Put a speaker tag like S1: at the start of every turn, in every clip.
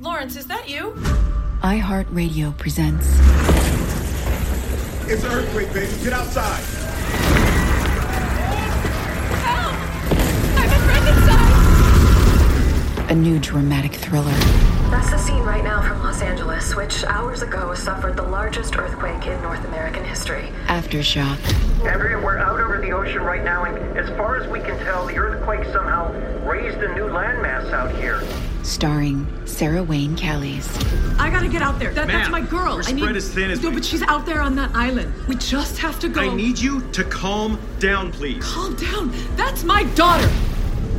S1: Lawrence, is that you?
S2: iHeartRadio presents.
S3: It's an earthquake, baby. Get outside.
S2: A new dramatic thriller
S4: That's the scene right now from Los Angeles, which hours ago suffered the largest earthquake in North American history.
S2: aftershock
S5: Andrea, we're out over the ocean right now, and as far as we can tell, the earthquake somehow raised a new landmass out here.
S2: starring Sarah Wayne Callies.
S6: I gotta get out there. That, that's
S7: Ma'am,
S6: my girl.
S7: we're
S6: I need.
S7: spread as thin as
S6: no,
S7: we-
S6: but she's out there on that island. We just have to go.
S7: I need you to calm down, please.
S6: Calm down. That's my daughter.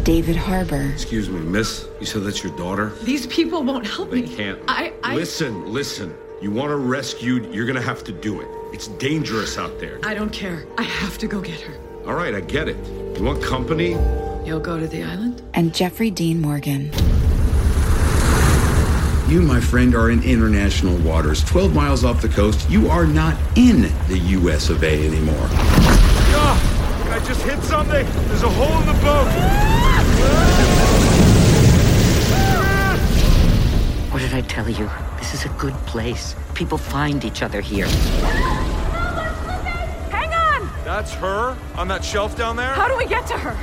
S2: David Harbour,
S8: Excuse me, miss. You said that's your daughter?
S6: These people won't help
S8: They
S6: me.
S8: can't.
S6: I. I
S8: Listen, listen. You want her rescued, you're gonna have to do it. It's dangerous out there.
S6: I don't care. I have to go get her.
S8: All right, I get it. You want company?
S6: You'll go to the island.
S2: and Jeffrey Dean Morgan.
S3: You, my friend, are in international waters. 12 miles off the coast, you are not in the U.S. of A. anymore.
S8: I just hit something. There's a hole in the boat.
S9: What did I tell you? This is a good place. People find each other here.
S6: Hang on.
S8: That's her on that shelf down there?
S6: do we get to her?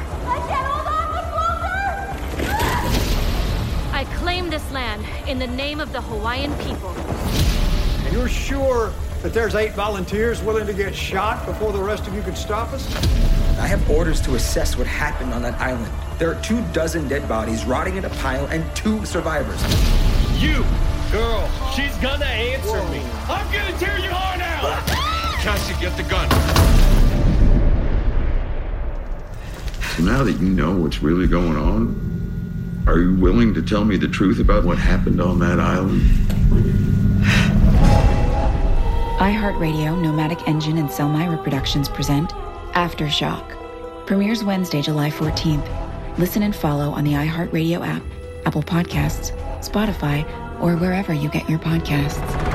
S10: I claim this land in the name of the Hawaiian people.
S5: You're sure that there's eight volunteers willing to get shot before the rest of you can stop us?
S11: I have orders to assess what happened on that island. There are two dozen dead bodies rotting in a pile and two survivors.
S7: You, girl, she's gonna answer me. I'm gonna tear you on out. Cassie, get the gun.
S3: So now that you know what's really going on, are you willing to tell me the truth about what happened on that island?
S2: iHeartRadio, Nomadic Engine, and Selmira Productions present Aftershock. Premieres Wednesday, July 14th. Listen and follow on the iHeartRadio app, Apple Podcasts, Spotify, or wherever you get your podcasts.